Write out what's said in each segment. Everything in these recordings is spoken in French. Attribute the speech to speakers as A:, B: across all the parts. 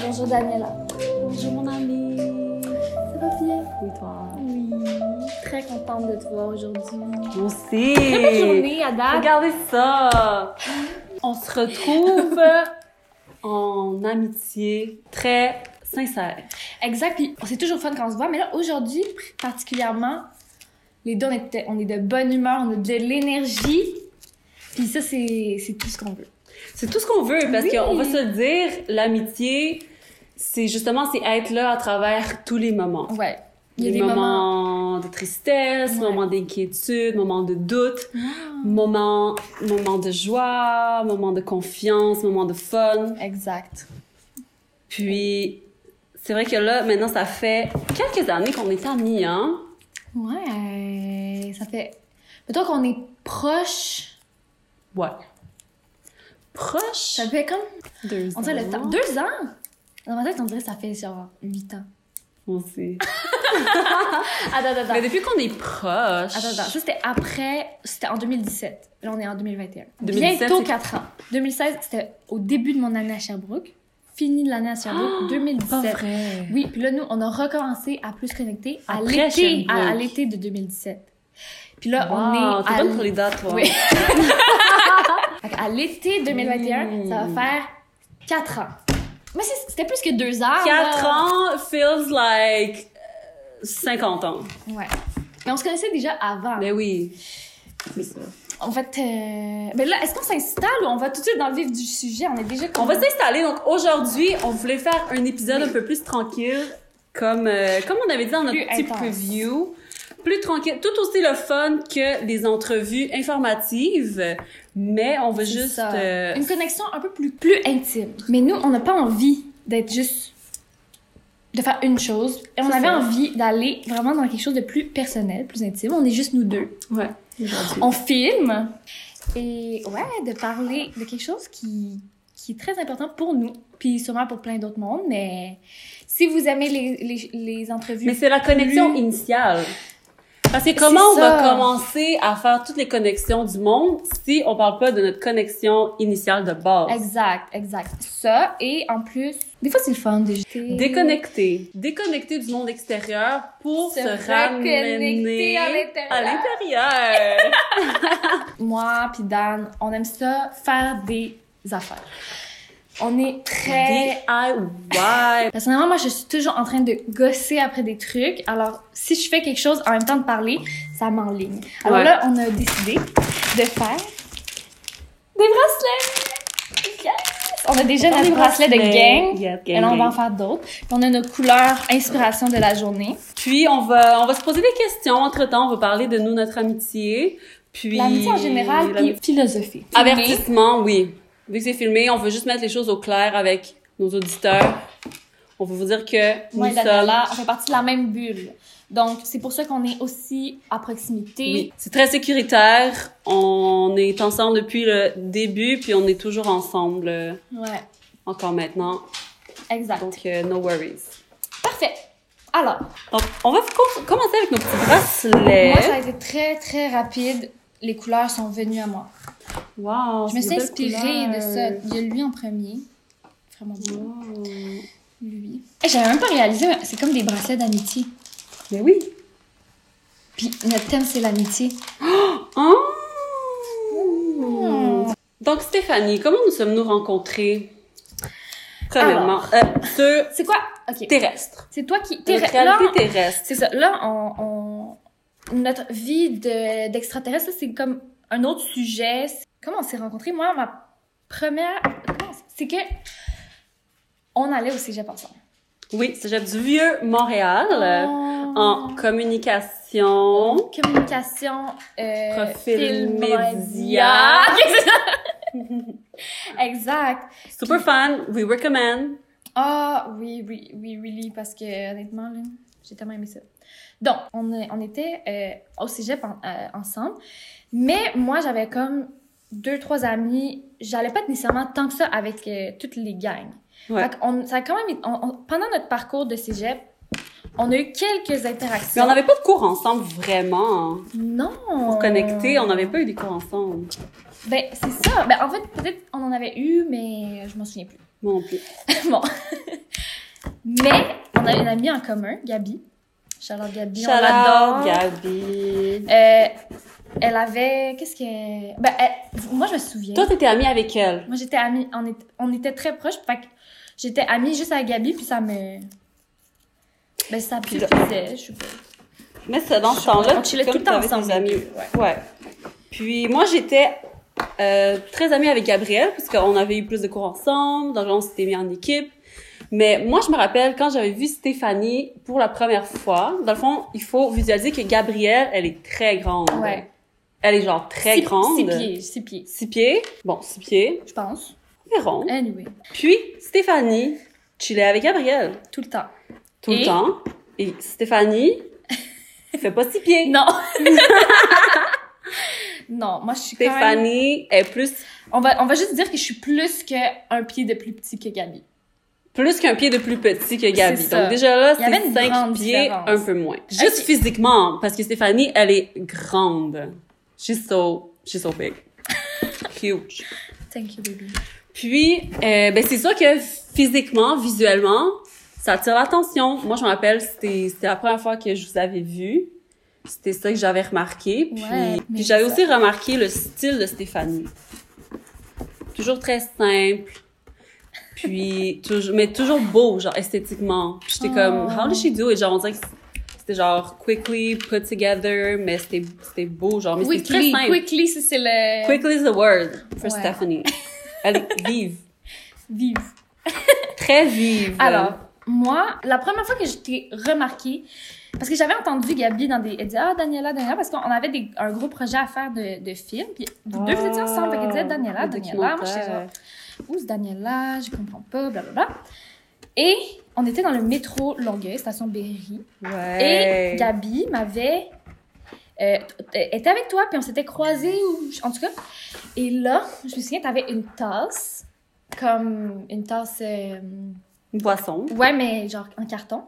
A: Bonjour Daniela.
B: Bonjour mon ami.
A: Ça va bien
B: Oui, toi.
A: Oui. Très contente de te voir aujourd'hui.
B: Moi aussi.
A: Très bonne journée à date.
B: Regardez ça. On se retrouve en amitié très sincère.
A: Exact. Puis c'est toujours fun quand on se voit, mais là aujourd'hui particulièrement, les deux on, était- on est de bonne humeur, on a de l'énergie. Puis ça c'est c'est tout ce qu'on veut.
B: C'est tout ce qu'on veut parce
A: Oui.
B: qu'on va se le dire, l'amitié, c'est justement c'est être là à travers tous les moments.
A: Ouais. Il y
B: Les
A: a des moments.
B: moments de tristesse,
A: Ouais.
B: moments d'inquiétude, moments de doute, moments, moments de joie, moments de confiance, moments de fun.
A: Exact.
B: Puis, c'est vrai que là, maintenant, ça fait quelques années qu'on est amis, hein?
A: Ouais. Ça fait. Mettons qu'on est proche.
B: Ouais. Proche.
A: Ça fait comme
B: Deux
A: on dirait le temps. Deux ans. Dans ma tête on dirait que ça fait genre huit ans.
B: On sait.
A: Attends attends. attends.
B: Mais depuis qu'on est proche.
A: Attends, attends, ça c'était après, c'était en 2017. Là, on est en 2021.
B: 2017,
A: Bientôt
B: c'est-
A: 4 ans. 2016, c'était au début de mon année à Sherbrooke. Fini l'année à Sherbrooke,
B: Ah, Pas
A: 2017.
B: vrai.
A: Oui, puis là, nous, on a recommencé à plus connecter à
B: Après
A: l'été,
B: Sherbrooke.
A: à, à l'été de 2017. Puis là,
B: Wow,
A: on est
B: T'es
A: à,
B: bonne pour les dates, toi.
A: Oui. fait à l'été 2021,
B: Mm.
A: ça va faire 4 ans. Mais c'est- c'était plus que 2 ans.
B: Ah, Quatre
A: là.
B: ans feels like euh, 50 ans.
A: Ouais. Mais on se connaissait déjà avant.
B: Ben oui. C'est ça.
A: En fait, euh... ben là, est-ce qu'on s'installe ou on va tout de suite dans le vif du sujet? On est déjà
B: On va s'installer. Donc aujourd'hui, on voulait faire un épisode un peu plus tranquille, comme euh, comme on avait dit dans notre
A: Plus
B: petit
A: intense.
B: preview, plus tranquille, tout aussi le fun que des entrevues informatives, mais on veut
A: C'est
B: juste
A: ça.
B: euh,
A: Une connexion un peu plus, plus intime. Mais nous, on n'a pas envie d'être juste. de faire une chose. Et on
B: C'est
A: avait
B: ça.
A: envie d'aller vraiment dans quelque chose de plus personnel, plus intime. On est juste nous deux.
B: ouais. aujourd'hui.
A: On filme. Et ouais, de parler de quelque chose qui, qui est très important pour nous. Puis sûrement pour plein d'autres mondes. Mais si vous aimez les, les, les entrevues.
B: Mais c'est la connexion
A: Plus-
B: initiale. Parce que comment on
A: C'est
B: va
A: ça.
B: commencer à faire toutes les connexions du monde si on parle pas de notre connexion initiale de base?
A: Exact, exact. Ça, et en plus, des fois c'est le fun de jeter.
B: Déconnecter. Déconnecter du monde extérieur pour
A: Se
B: se,
A: reconnecter
B: ramener
A: à l'intérieur.
B: à l'intérieur.
A: Moi puis Dan, on aime ça faire des affaires. On est très
B: DIY.
A: Personnellement, moi, je suis toujours en train de gosser après des trucs. Alors, si je fais quelque chose en même temps de parler, ça m'enligne. Alors
B: Ouais.
A: là, on a décidé de faire des bracelets. Yes! On a déjà notre bracelet de gang.
B: Yeah,
A: Et là, on va en
B: gang.
A: faire d'autres. Puis On a nos couleurs inspiration de la journée.
B: Puis on va on va se poser des questions entre temps. On va parler de nous notre amitié. Puis Ah,
A: L'amitié en général,
B: L'amitié
A: puis philosophie.
B: Avertissement, oui. Vu que c'est filmé, on veut juste mettre les choses au clair avec nos auditeurs. On veut vous dire que
A: Moi et
B: nous
A: Daniela, on
B: sommes...
A: fait partie de la même bulle. Donc, c'est pour ça qu'on est aussi à proximité.
B: Oui. C'est très sécuritaire. On est ensemble depuis le début, puis on est toujours ensemble euh,
A: Ouais,
B: encore maintenant.
A: exact.
B: Donc, euh, no worries.
A: Parfait. Alors,
B: Donc, on va com- commencer avec nos petits
A: moi, ça
B: bracelets.
A: a été très, très rapide. Les couleurs sont venues à moi.
B: Wow,
A: Je me
B: c'est
A: suis
B: des
A: inspirée
B: belles
A: de ça.
B: couleurs.
A: Il y a lui en premier. Vraiment beau.
B: Wow.
A: Lui. Et j'avais même pas réalisé, mais c'est comme des bracelets d'amitié.
B: Mais oui.
A: Puis notre thème, c'est l'amitié.
B: Oh. Ah.
A: Hmm.
B: Donc, Stéphanie, comment nous sommes-nous rencontrés? Premièrement, euh, sur
A: C'est quoi? OK.
B: terrestre.
A: C'est toi qui...
B: Notre
A: T'es- là,
B: réalité terrestre.
A: C'est ça. Là, on, on- notre vie de- d'extraterrestre, ça, c'est comme un autre sujet. C'est- Comment on s'est rencontrés? Moi, ma première. comment on s- C'est que. On allait au cégep ensemble.
B: Oui, cégep du vieux Montréal euh, en
A: En
B: communication.
A: Euh, communication, euh,
B: Profil
A: film,
B: média.
A: média. exact.
B: Super fun. We recommend.
A: Ah oui, oui, oui, really, parce que honnêtement, là, j'ai tellement aimé ça. Donc, on, est- on était euh, au cégep en- euh, ensemble, mais moi, j'avais comme deux, trois amis. J'allais pas être nécessairement tant que ça avec euh, toutes les gangs.
B: Ouais.
A: Fait qu'on- ça a quand même, été- on- on- pendant notre parcours de cégep, on a eu quelques
B: Mais
A: interactions.
B: on n'avait pas de cours ensemble vraiment.
A: Non!
B: Pour connecter, on n'avait pas eu des cours ensemble.
A: Ben, c'est ça. Ben, en fait, peut-être on en avait eu, mais je m'en souviens plus.
B: Moi non plus.
A: bon. Mais on a une amie en commun, Gabi. Charlotte Gabi, on
B: Shout out,
A: l'adore.
B: Gabi.
A: Euh, elle avait. Qu'est-ce que. Ben, elle- moi, je me souviens.
B: Toi, t'étais amie avec elle.
A: Moi, j'étais amie. On, est- on était très proches. Fait que j'étais amie juste avec Gabi, puis ça me. Ben, ça me
B: Puis
A: suffisait, je sais pas.
B: Mais c'est dans ce temps-là,
A: On chillait tout le temps
B: t'avais tes
A: ensemble.
B: amis.
A: Ouais.
B: Ouais. Puis moi, j'étais euh, très amie avec Gabrielle parce qu'on avait eu plus de cours ensemble, donc on s'était mis en équipe. Mais moi, je me rappelle quand j'avais vu Stéphanie pour la première fois. Dans le fond, il faut visualiser que Gabrielle, elle est très grande.
A: Ouais.
B: Elle est genre très
A: Six-
B: grande.
A: Six pieds, six pieds,
B: Six pieds. Bon, six pieds.
A: je pense.
B: Environ.
A: Anyway,
B: Puis Stéphanie chillait avec Gabrielle
A: tout le temps.
B: tout
A: Et?
B: le temps. Et Stéphanie fait pas six pieds.
A: Non! non, moi, je suis quand même...
B: Stéphanie est plus
A: On va, on va juste dire que je suis plus qu'un pied de plus petit que Gabi.
B: plus qu'un pied de plus petit que Gabi.
A: C'est ça.
B: Donc déjà là,
A: Il y avait
B: c'est
A: une
B: cinq
A: grande
B: pieds,
A: différence.
B: un peu moins. Juste
A: Ok.
B: physiquement, parce que Stéphanie, elle est grande. She's so, she's so big. Huge.
A: Thank you, baby.
B: Puis, euh, ben c'est sûr que physiquement, visuellement, ça attire l'attention. Moi, je me rappelle, c'était c'était la première fois que je vous avais vu. C'était ça que j'avais remarqué. Puis,
A: Ouais, mais
B: puis j'avais
A: c'est
B: aussi remarqué le style de Stéphanie. Toujours très simple. Puis, toujours, mais toujours beau, genre esthétiquement. Puis j'étais
A: Oh.
B: comme, how did she do it? Genre, on dirait que c'était genre quickly put together, mais c'était c'était beau, genre, mais c'était très
A: Quickly,
B: simple.
A: quickly, ça, c'est le...
B: Quickly is the word for
A: Ouais.
B: Stephanie. Elle est vive.
A: Vive.
B: Très vive.
A: Alors, moi, la première fois que je t'ai remarqué, parce que j'avais entendu Gabi dans des. Elle disait Ah, Daniela, Daniela, parce qu'on avait des- un gros projet à faire de, de film. Puis vous deux, vous étiez ensemble. Fait qu'elle disait Daniela,
B: Oh, Ah, le
A: Daniela. Moi, j'étais genre
B: documentaire.
A: Où c'est Daniela Je comprends pas, blablabla. Et on était dans le métro Longueuil, station Berry.
B: Ouais.
A: Et Gabi m'avait. Euh, t- était avec toi, puis on s'était croisés, ou en tout cas. Et là, je me souviens, t'avais une tasse, comme une tasse. euh,
B: Une boisson.
A: Ouais, mais genre en carton.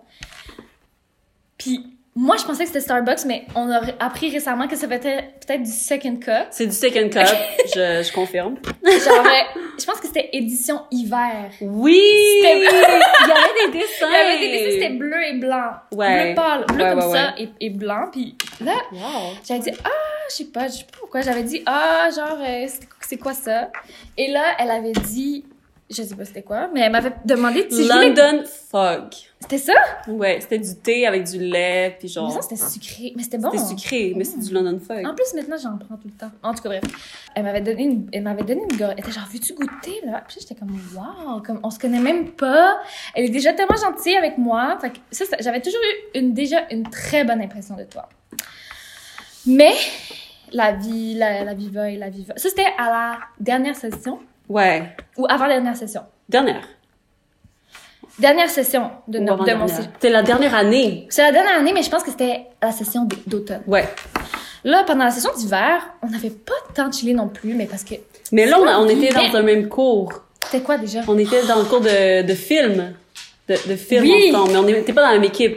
A: Puis moi, je pensais que c'était Starbucks, mais on a ré- appris récemment que ça était peut-être du Second Cup.
B: C'est du second cup, je, je confirme.
A: Genre, euh, je pense que c'était édition hiver.
B: Oui!
A: C'était-
B: Il y avait des dessins!
A: Il y avait des dessins, c'était bleu et blanc.
B: Ouais.
A: Bleu pâle, bleu
B: Ouais,
A: comme
B: ouais,
A: ça et, et blanc. Puis là,
B: Wow.
A: j'avais dit, ah, je sais pas, je sais pas pourquoi. J'avais dit, ah, genre, euh, c'est- c'est quoi ça? Et là, elle avait dit, je sais pas c'était quoi, mais elle m'avait demandé si je voulais-
B: London Fog.
A: C'était ça?
B: Ouais, c'était du thé avec du lait, puis
A: Mais
B: genre...
A: ça, c'était sucré. Mais c'était bon. Mm. Ah.
B: C'était sucré, mais c'est du London Fog.
A: En plus, maintenant, j'en prends tout le temps. En tout cas, bref. Elle m'avait donné une, elle m'avait donné une gorgée. Elle était genre, veux-tu goûter, là? Puis j'étais comme, wow, comme, on se connaît même pas. Elle est déjà tellement gentille avec moi. Fait que ça, ça- j'avais toujours eu une, déjà une très bonne impression de toi. Mais, la vie, la, la viva et la viva. Ça, c'était à la dernière session
B: Ouais.
A: ou avant dernière session.
B: Dernière.
A: Dernière session de,
B: Ou
A: no- de mon
B: avant-dernière.
A: cégep.
B: C'était la dernière année.
A: C'est la dernière année, mais je pense que c'était la session d- d'automne.
B: Ouais.
A: Là, pendant la session d'hiver, on n'avait pas tant chillé non plus, mais parce que
B: Mais là, on, a- on était
A: Mais-
B: dans un même cours.
A: c'était quoi déjà?
B: On était dans le cours de, de film. De, de film
A: Oui.
B: ensemble, mais on n'était pas dans la même équipe.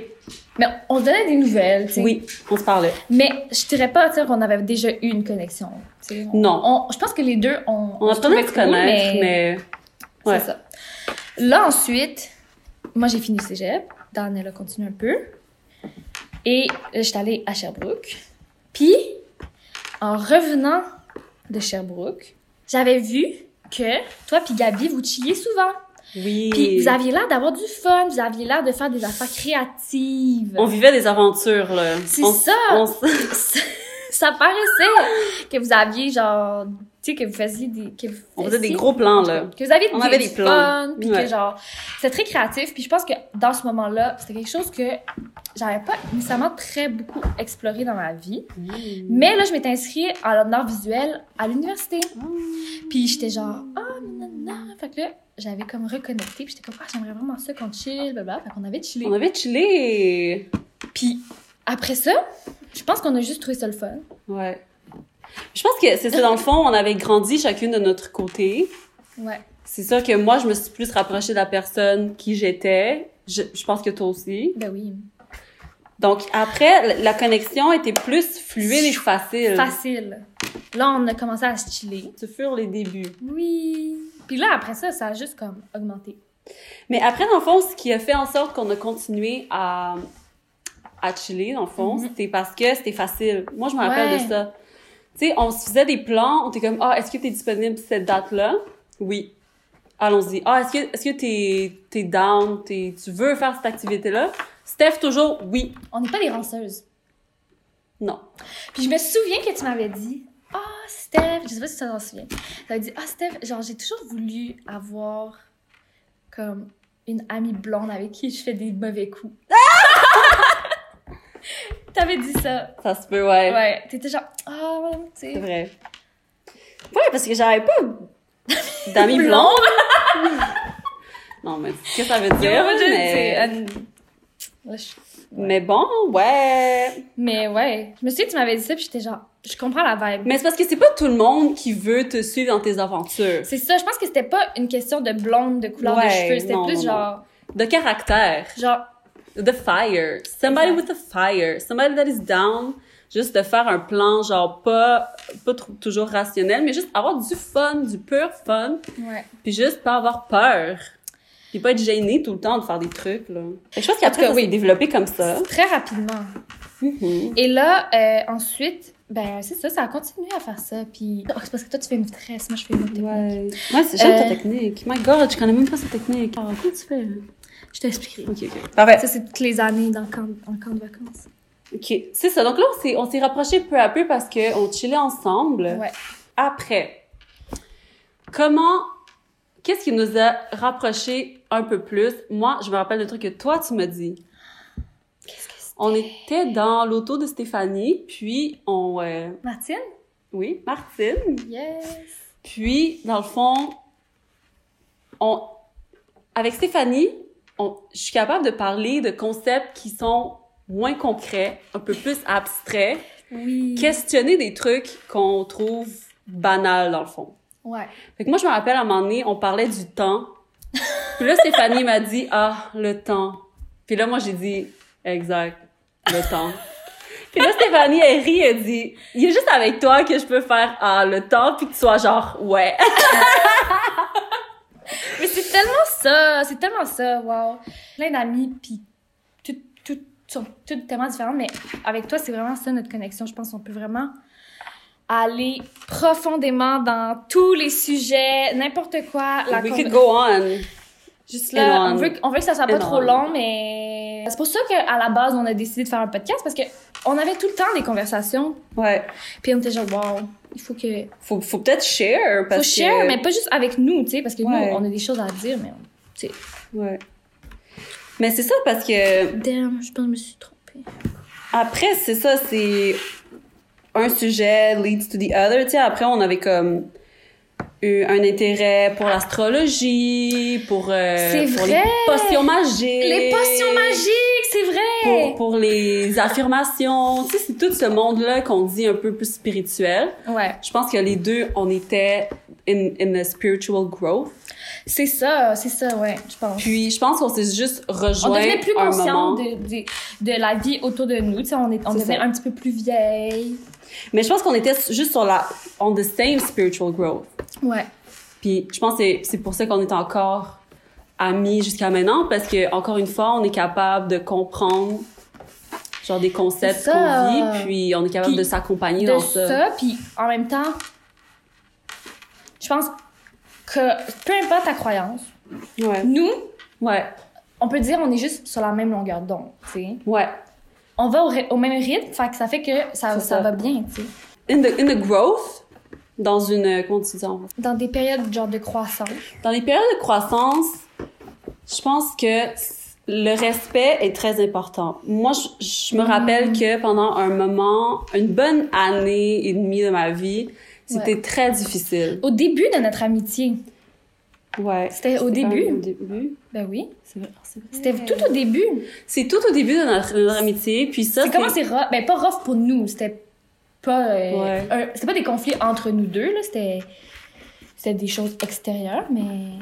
A: Mais on se donnait des nouvelles, tu sais.
B: Oui, on se parlait.
A: Mais je dirais pas, tu sais, qu'on avait déjà eu une connexion. tu sais. On-
B: Non.
A: on- je pense que les deux, on.
B: On
A: se
B: apprenait à
A: trouvait
B: se
A: cool,
B: connaître, mais... Ouais.
A: C'est ça. Là, ensuite, moi, j'ai fini le cégep. Dan, elle a continué un peu. Et euh, j'étais allée à Sherbrooke. Puis, en revenant de Sherbrooke, j'avais vu que toi puis Gabi, vous chilliez souvent.
B: Oui.
A: Puis, vous aviez l'air d'avoir du fun. Vous aviez l'air de faire des affaires créatives.
B: On vivait des aventures, là.
A: C'est
B: On-
A: ça!
B: on s-
A: ça ça paraissait que vous aviez genre tu sais que vous faisiez des que vous
B: on faisait des
A: faisiez-
B: gros plans, là.
A: que vous aviez
B: On
A: des,
B: avait des plans.
A: fun, puis
B: Ouais.
A: que genre c'était très créatif puis je pense que dans ce moment-là c'était quelque chose que j'avais pas nécessairement très beaucoup exploré dans ma vie mais là je m'étais inscrite en art visuel à l'université puis j'étais genre ah nanana fait que là j'avais comme reconnecté puis j'étais comme ah j'aimerais vraiment ça qu'on chill blablabla fait qu'on avait chillé
B: On avait chillé.
A: puis après ça je pense qu'on a juste trouvé ça le fun
B: Ouais. Je pense que c'est ça, dans le fond, on avait grandi chacune de notre côté.
A: ouais
B: C'est sûr que moi, je me suis plus rapprochée de la personne qui j'étais. Je, je pense que toi aussi.
A: ben oui
B: Donc, après, la, la connexion était plus fluide et facile.
A: Facile. Là, on a commencé à se chiller.
B: Ce furent les débuts.
A: Oui. Puis là, après ça, ça a juste comme augmenté.
B: Mais après, dans le fond, ce qui a fait en sorte qu'on a continué à, à chiller, dans le fond,
A: Mhm.
B: c'était parce que c'était facile. Moi, je me rappelle
A: Ouais.
B: de ça. Tu sais, on se faisait des plans, on était comme, ah, est-ce que t'es disponible cette date-là? Oui. Allons-y. Ah, est-ce que, est-ce que t'es, t'es down? T'es, tu veux faire cette activité-là? Steph, toujours, oui.
A: On n'est pas des ranceuses.
B: Non.
A: Puis je me souviens que tu m'avais dit Ah, Steph, je sais pas si tu t'en souviens. Tu m'avais dit Ah, Steph, genre, j'ai toujours voulu avoir comme une amie blonde avec qui je fais des mauvais coups. T'avais dit ça.
B: Ça se peut, ouais.
A: Ouais. T'étais genre Ah, tu sais.
B: C'est vrai. Ouais, parce que j'avais pas d'amis
A: Blonde.
B: blondes. non, mais qu'est-ce que ça veut
A: Yo,
B: dire?
A: moi, je- c'est
B: mais...
A: une- Là, je-
B: mais bon, ouais.
A: Mais ouais, je me souviens que tu m'avais dit ça, puis j'étais genre, je comprends la vibe.
B: Mais c'est parce que c'est pas tout le monde qui veut te suivre dans tes aventures.
A: C'est ça, je pense que c'était pas une question de blonde, de couleur de
B: Ouais,
A: cheveux, c'était
B: non,
A: plus
B: non,
A: genre,
B: De caractère,
A: genre,
B: de fire, somebody
A: Exact.
B: with a fire, somebody that is down, juste de faire un plan genre pas pas tr- toujours rationnel, mais juste avoir du fun, du pur fun,
A: ouais.
B: puis juste pas avoir peur. Puis pas être gêné tout le temps de faire des trucs là. Fait que je pense
A: En tout
B: qu'après
A: cas,
B: ça s'est développé comme ça.
A: Très rapidement.
B: Mhm.
A: Et là, euh, ensuite, ben c'est ça, ça a continué à faire ça, puis. Oh, c'est parce que toi, tu fais une tresse, moi, je fais une autre technique.
B: Ouais. Ouais, c'est j'aime ta
A: Euh.
B: technique. My god, je connais même pas cette technique. Ah, comment tu fais?
A: Je t'expliquerai.
B: OK, OK. Parfait.
A: Ça, c'est toutes les années dans le camp, dans le camp de vacances.
B: OK, c'est ça. Donc là, on s'est, on s'est rapprochés peu à peu parce que on chillait ensemble.
A: Ouais.
B: Après, comment... Qu'est-ce qui nous a rapprochés un peu plus? Moi, je me rappelle le truc que toi, tu m'as dit.
A: Qu'est-ce que c'est?
B: On était dans l'auto de Stéphanie, puis on... euh,
A: Martine?
B: oui, Martine.
A: Yes!
B: Puis, dans le fond, on, avec Stéphanie, on, je suis capable de parler de concepts qui sont moins concrets, un peu plus abstraits,
A: Oui.
B: Mm. questionner des trucs qu'on trouve banals, dans le fond.
A: Ouais.
B: Fait que moi, je me rappelle, à un moment donné, on parlait du temps. Puis là, Stéphanie m'a dit, ah, le temps. Puis là, moi, j'ai dit, exact, le temps. Puis là, Stéphanie, elle rit, elle dit, il est juste avec toi que je peux faire, ah, le temps, puis que tu sois genre, ouais.
A: Mais c'est tellement ça, c'est tellement ça, wow. Plein d'amis, puis toutes tout, sont toutes tellement différentes, mais avec toi, c'est vraiment ça notre connexion. Je pense qu'on peut vraiment aller profondément dans tous les sujets, n'importe quoi. La
B: We
A: con-
B: could go on.
A: Juste là,
B: and
A: on
B: on.
A: veut, que- on veut que ça soit pas
B: And
A: trop
B: on.
A: long, mais c'est pour ça qu'à la base, on a décidé de faire un podcast parce que on avait tout le temps des conversations,
B: Ouais.
A: puis on était genre, wow, il faut que.
B: Faut, faut peut-être share, parce
A: faut share,
B: que...
A: mais pas juste avec nous, tu sais, parce que
B: Ouais.
A: nous, on a des choses à dire, mais on...
B: Ouais. Mais c'est ça, parce que
A: Damn, je pense que je me suis trompée.
B: Après, c'est ça, c'est un sujet leads to the other. Tu sais, après, on avait comme eu un intérêt pour l'astrologie, pour, euh,
A: C'est
B: pour
A: vrai!
B: les potions magiques.
A: Les potions magiques, c'est
B: Pour,
A: vrai!
B: pour les affirmations. Tu sais, c'est tout ce monde-là qu'on dit un peu plus spirituel.
A: Ouais,
B: Je pense que les deux, on était in, in a spiritual growth.
A: c'est ça, c'est ça, ouais, je pense.
B: Puis, je pense qu'on s'est juste rejoints
A: On devenait plus
B: à un moment.
A: consciente de, de- de la vie autour de nous, tu sais, on, est, on
B: C'est
A: devenait
B: ça.
A: un petit peu plus vieille.
B: Mais je pense qu'on était juste sur la... On the same spiritual growth.
A: Ouais.
B: Puis je pense que c'est- c'est pour ça qu'on est encore amis jusqu'à maintenant, parce que encore une fois, on est capable de comprendre genre des concepts
A: C'est ça.
B: qu'on vit, puis on est capable
A: Puis
B: de s'accompagner
A: de
B: dans
A: ça.
B: ça.
A: puis en même temps, je pense que peu importe ta croyance,
B: Ouais.
A: nous,
B: Ouais.
A: on peut dire on est juste sur la même longueur d'onde, tu sais.
B: Ouais.
A: On va au, ry- au même rythme, fait que ça fait que ça, ça,
B: C'est ça.
A: va bien, tu sais.
B: In the, in the growth, dans une comment tu dis ça en français?
A: Dans des périodes genre de croissance.
B: Dans les périodes de croissance, je pense que le respect est très important. Moi, je, je me
A: Mm.
B: rappelle que pendant un moment, une bonne année et demie de ma vie, c'était très difficile.
A: Au début de notre amitié,
B: Ouais.
A: c'était au
B: C'était quand même
A: début.
B: Ah, Au début.
A: Ben oui.
B: C'est vrai, oh, c'est vrai.
A: C'était tout au début.
B: C'est tout au début de notre, de notre amitié, puis ça,
A: C'est comment c'est rough. Ben, pas rough pour nous. C'était pas. euh,
B: Ouais.
A: un- C'était pas des conflits entre nous deux, là. C'était. C'était des choses extérieures, mais.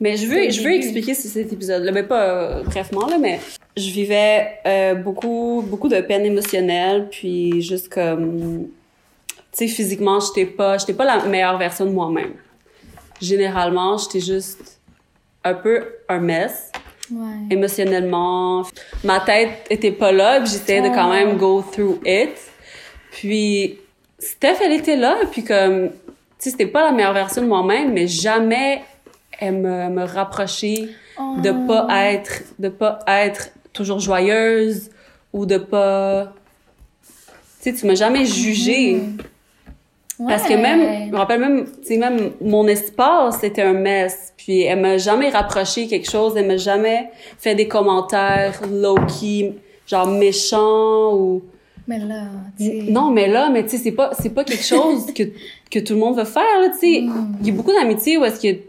B: Mais je
A: c'est
B: veux,
A: au
B: je veux
A: début.
B: expliquer ce- cet épisode-là, mais pas euh, brièvement, là, mais je vivais euh, beaucoup, beaucoup de peine émotionnelle, puis juste comme, tu sais, physiquement, j'étais pas, j'étais pas la meilleure version de moi-même. généralement, j'étais juste un peu un mess
A: Ouais.
B: émotionnellement. Ma tête était pas là, puis j'essayais de quand même go through it. Puis Steph, elle était là, puis comme, tu sais, c'était pas la meilleure version de moi-même, mais jamais elle me, me rapprochait de
A: Oh.
B: pas être, de pas être toujours joyeuse ou de pas, tu sais, tu m'as jamais jugée. Parce que
A: Ouais.
B: même, je me rappelle même, tu sais, même mon espace, c'était un mess. Puis elle m'a jamais rapproché quelque chose, elle m'a jamais fait des commentaires low-key, genre méchants ou...
A: Mais là, tu sais.
B: Non, mais là, mais tu sais, c'est pas, c'est pas quelque chose que, que tout le monde veut faire, là, tu sais. Il y a beaucoup d'amitié où est-ce que, tu sais,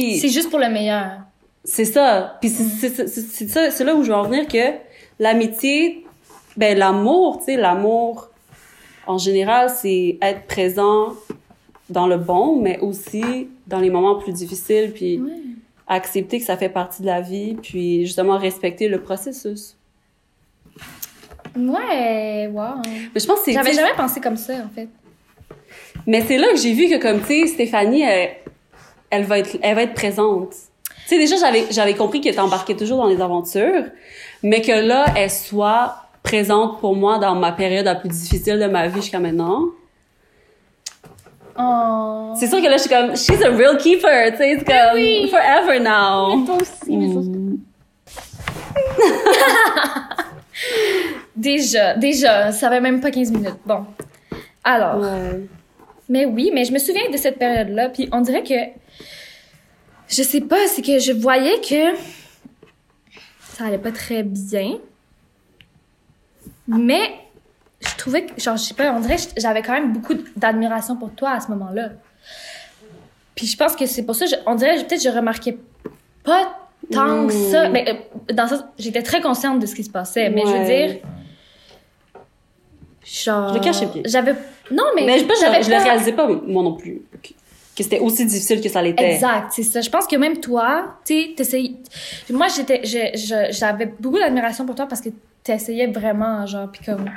A: Mm. C'est juste pour le meilleur.
B: c'est ça. Puis
A: Mm.
B: c'est- c'est c'est- c'est ça, c'est là où je veux en venir que l'amitié, ben l'amour, tu sais, l'amour en général, c'est être présent dans le bon, mais aussi dans les moments plus difficiles, puis
A: Ouais.
B: accepter que ça fait partie de la vie, puis justement respecter le processus.
A: Ouais, wow.
B: Mais je pense que c'est
A: J'avais
B: tu sais,
A: jamais pensé comme ça, en fait.
B: Mais c'est là que j'ai vu que comme tu sais Stéphanie elle, elle va être elle va être présente. Tu sais déjà j'avais j'avais compris qu'elle embarquée toujours dans les aventures, mais que là elle soit présente pour moi dans ma période la plus difficile de ma vie jusqu'à maintenant.
A: Oh.
B: C'est sûr que là je suis comme she's a real keeper, tu sais c'est comme
A: oui.
B: forever now.
A: Toi aussi, mais toi aussi. Déjà, déjà, ça fait même pas 15 minutes. Bon. Alors,
B: Ouais.
A: mais oui, mais je me souviens de cette période-là, puis on dirait que. Je sais pas, c'est que je voyais que. Ça allait pas très bien. Mais je trouvais que. Genre, je sais pas, on dirait que j'avais quand même beaucoup d'admiration pour toi à ce moment-là. Puis je pense que c'est pour ça, je- on dirait peut-être que je remarquais pas tant que ça.
B: Mm.
A: Mais euh, dans le sens, j'étais très consciente de ce qui se passait, mais je veux
B: Ouais.
A: dire. Genre.
B: Je le cachais bien.
A: J'avais. Non, mais.
B: Mais je pense que
A: j'avais
B: je, je le réalisais pas moi non plus que, que c'était aussi difficile que ça l'était.
A: Exact, c'est ça. Je pense que même toi, tu sais, t'essayes- Moi, j'étais. je- je- J'avais beaucoup d'admiration pour toi parce que t'essayais vraiment, genre, puis comme.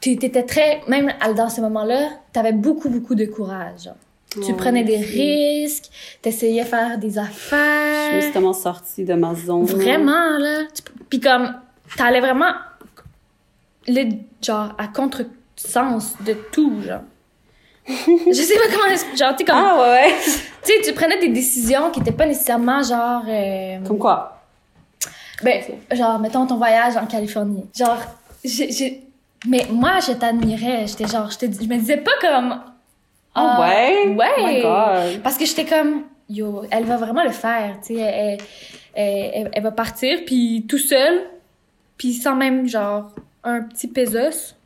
A: t'é- T'étais très. Même à- dans ce moment-là, t'avais beaucoup, beaucoup de courage. genre. Tu
B: Ouais,
A: prenais des
B: merci.
A: risques, t'essayais de faire des
B: Je suis
A: affaires.
B: justement sortie de ma zone.
A: Vraiment, là. Tu- Puis comme, t'allais vraiment, le, genre, à contre-sens de tout, genre. je sais pas comment... expliquer, Genre, t'es comme...
B: Ah ouais. ouais.
A: Tu sais, tu prenais des décisions qui étaient pas nécessairement, genre... euh,
B: Comme quoi?
A: ben, genre, mettons ton voyage en Californie. Genre, j'ai... j'ai- Mais moi, je t'admirais. J'étais genre... Je, te dis- je me disais pas comme...
B: Ah
A: ah,
B: ouais?
A: Ouais!
B: Oh my god.
A: Parce que j'étais comme, yo, elle va vraiment le faire, tu sais, elle, elle, elle- elle va partir, puis tout seul, puis sans même, genre, un petit pesos.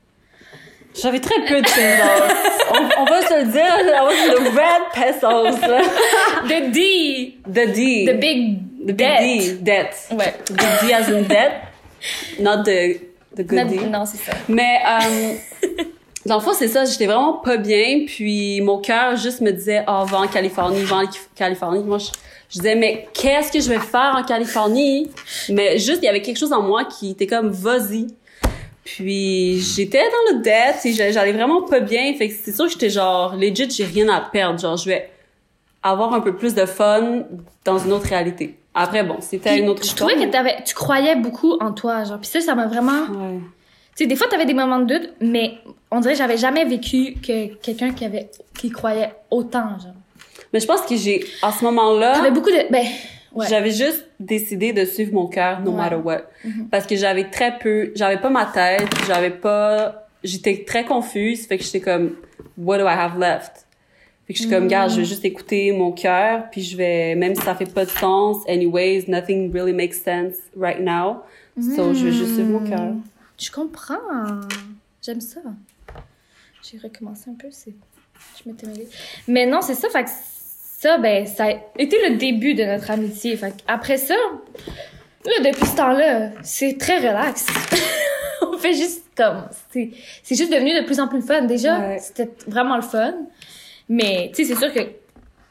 B: J'avais très peu de pesos. on, on va se le dire, j'avais le red pesos. là.
A: The D!
B: The D.
A: The big
B: The big
A: debt.
B: D. Debt.
A: Ouais.
B: The D as in debt. Not the, the good D.
A: Non, non, c'est ça.
B: Mais, euh, dans le fond, c'est ça. J'étais vraiment pas bien. Puis, mon cœur juste me disait, oh, va en Californie, va en Cali- Californie. Moi, je, je disais, mais qu'est-ce que je vais faire en Californie? Mais juste, il y avait quelque chose en moi qui était comme, vas-y. Puis, j'étais dans le debt. et j'a- J'allais vraiment pas bien. Fait que c'est sûr que j'étais genre, legit, j'ai rien à perdre. Genre, je vais avoir un peu plus de fun dans une autre réalité. Après, bon, c'était
A: Puis
B: une autre
A: je
B: histoire.
A: trouvais que t'avais- tu croyais beaucoup en toi, genre, puis ça, ça m'a vraiment...
B: Ouais.
A: Tu sais, des fois, t'avais des moments de doute, mais on dirait que j'avais jamais vécu que quelqu'un qui avait... qui croyait autant, genre.
B: Mais je pense que j'ai, à ce moment-là.
A: T'avais beaucoup de... Ben, ouais.
B: J'avais juste décidé de suivre mon cœur, no
A: Ouais. Mm-hmm.
B: matter what. Parce que j'avais très peu, j'avais pas ma tête, j'avais pas, j'étais très confuse, fait que j'étais comme, what do I have left? Fait que je suis comme, gars, je
A: Mm.
B: vais juste écouter mon cœur, puis je vais, même si ça fait pas de sens, anyways, nothing really makes sense right now. So, je vais juste suivre
A: Mm.
B: mon cœur.
A: Hmm. Je comprends. J'aime ça. J'ai recommencé un peu, c'est... Je m'étais mêlée. Mais non, c'est ça, fait que ça, ben, ça a été le début de notre amitié. Fait que après ça, là, depuis ce temps-là, c'est très relax. On fait juste comme... C'est c'est juste devenu de plus en plus le fun. Déjà,
B: Ouais.
A: c'était vraiment le fun. Mais, tu sais, c'est sûr que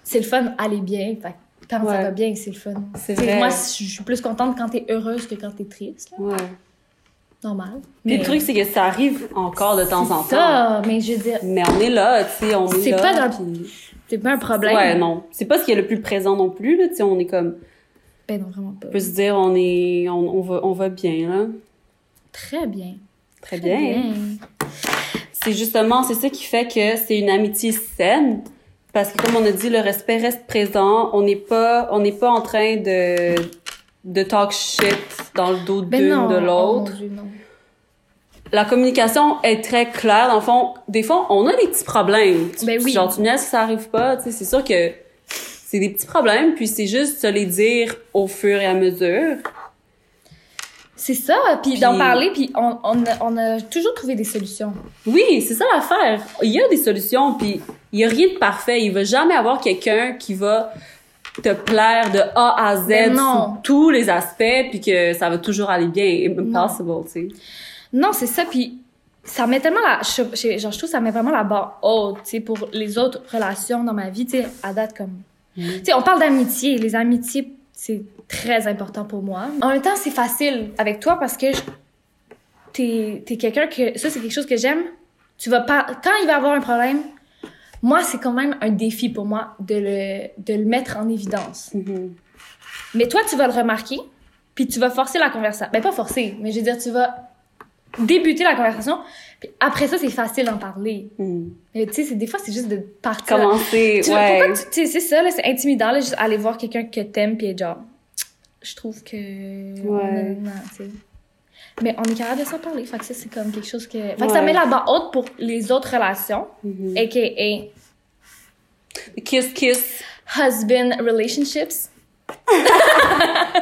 A: c'est le fun aller bien. Fait que quand ça
B: Ouais.
A: va bien, c'est le fun.
B: C'est
A: Tu sais,
B: vrai.
A: Moi, je suis plus contente quand t'es heureuse que quand t'es triste. là.
B: Ouais.
A: Normal.
B: Puis le truc, c'est que ça arrive encore de temps en temps.
A: Ça, mais je veux dire,
B: Mais on est là, tu sais, on est,
A: C'est
B: là.
A: pas dans-
B: puis-
A: C'était pas un problème.
B: Ouais, non. C'est pas ce qui est le plus présent non plus, là. Tu sais, on est comme,
A: Ben non, vraiment pas.
B: on peut se dire, on est, on, on va, on va bien, là.
A: Très bien.
B: Très bien. C'est justement, c'est ça qui fait que c'est une amitié saine. Parce que comme on a dit, le respect reste présent. On n'est pas, on n'est pas en train de, de talk shit dans le dos
A: Ben
B: d'une
A: non.
B: ou de
A: oh mon
B: l'autre.
A: Dieu, non.
B: La communication est très claire. Dans le fond, des fois, on a des petits problèmes. Tu-
A: Ben oui.
B: Genre, tu me dis, ça arrive pas. Tu sais, c'est sûr que c'est des petits problèmes, puis c'est juste se les dire au fur et à mesure.
A: C'est ça, puis
B: Puis-
A: d'en parler, puis on, on, a, on a toujours trouvé des solutions.
B: Oui, c'est ça l'affaire. Il y a des solutions, puis il y a rien de parfait. Il va jamais avoir quelqu'un qui va te plaire de A à Z
A: Ben non.
B: sur tous les aspects, puis que ça va toujours aller bien.
A: Non.
B: Impossible, tu sais.
A: Non, c'est ça, puis ça met tellement la... Je, je- genre, je trouve que ça met vraiment la barre haute, tu sais, pour les autres relations dans ma vie, tu sais, à date, comme...
B: Mhm.
A: Tu sais, on parle d'amitié, les amitiés, c'est très important pour moi. En même temps, c'est facile avec toi parce que je- t'es es, quelqu'un que... Ça, c'est quelque chose que j'aime. Tu vas pas... Quand il va y avoir un problème, moi, c'est quand même un défi pour moi de le, de le mettre en évidence.
B: Mhm.
A: Mais toi, tu vas le remarquer, puis tu vas forcer la conversation. Ben, pas forcer, mais je veux dire, tu vas débuter la conversation, puis après ça, c'est facile d'en parler.
B: Mhm.
A: Mais tu sais, c'est- des fois, c'est juste de partir.
B: Commencer,
A: tu,
B: ouais.
A: Pourquoi tu, tu sais, c'est ça, là, c'est intimidant, là, juste aller voir quelqu'un que t'aimes, puis être genre, je trouve que.
B: Ouais.
A: Non, tu sais. Mais on est capable de s'en parler, fait que ça, c'est comme quelque chose que. Fait que ça
B: Ouais.
A: met la barre haute pour les autres relations,
B: Mhm.
A: a.k.a.
B: Kiss, kiss.
A: husband relationships.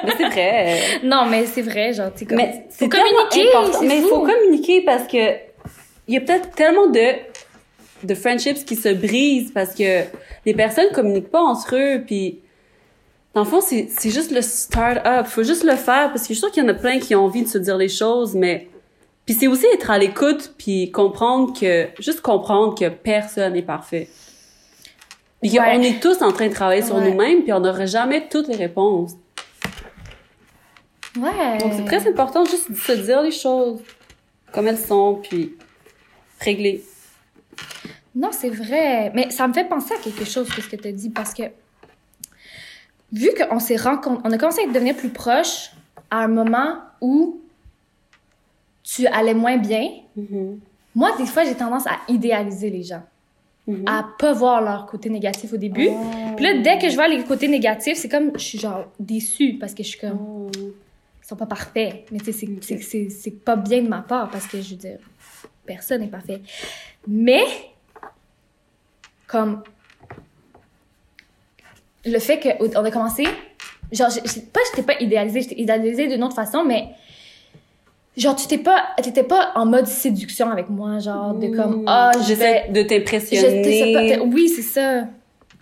B: Mais c'est vrai.
A: Non, mais c'est vrai, genre, tu sais, comme.
B: Mais
A: faut
B: c'est tellement
A: communiquer,
B: important.
A: c'est
B: Mais il
A: fou.
B: faut communiquer parce que il y a peut-être tellement de de friendships qui se brisent parce que les personnes communiquent pas entre eux puis dans le fond c'est c'est juste le start up, faut juste le faire parce que je suis sûre qu'il y en a plein qui ont envie de se dire les choses mais puis c'est aussi être à l'écoute puis comprendre que juste comprendre que personne n'est parfait. Puis
A: Ouais.
B: qu'on est tous en train de travailler sur
A: Ouais.
B: nous-mêmes puis on n'aura jamais toutes les réponses.
A: Ouais.
B: Donc, c'est très important juste de se dire les choses comme elles sont, puis régler.
A: Non, c'est vrai. Mais ça me fait penser à quelque chose, que ce que tu as dit, parce que vu qu'on s'est rencontrés, on a commencé à devenir plus proches à un moment où tu allais moins bien.
B: Mm-hmm.
A: Moi, des fois, j'ai tendance à idéaliser les gens,
B: Mm-hmm.
A: à pas voir leur côté négatif au début.
B: Oh.
A: Puis là, dès que je vois les côtés négatifs, c'est comme, je suis genre déçue parce que je suis comme, ils sont pas parfaits. Mais tu sais, c'est-
B: Ok.
A: c'est- c'est- c'est pas bien de ma part parce que je veux dire, personne n'est parfait. Mais, comme, le fait qu'on a commencé, genre, j'ai- j'ai- pas j'étais pas idéalisée, j'étais idéalisée d'une autre façon, mais genre, tu t'es pas, t'étais pas en mode séduction avec moi, genre, de comme, ah, je vais,
B: Mm. j'essaie
A: je
B: de
A: sais pas, t'es-
B: t'impressionner.
A: oui, c'est ça.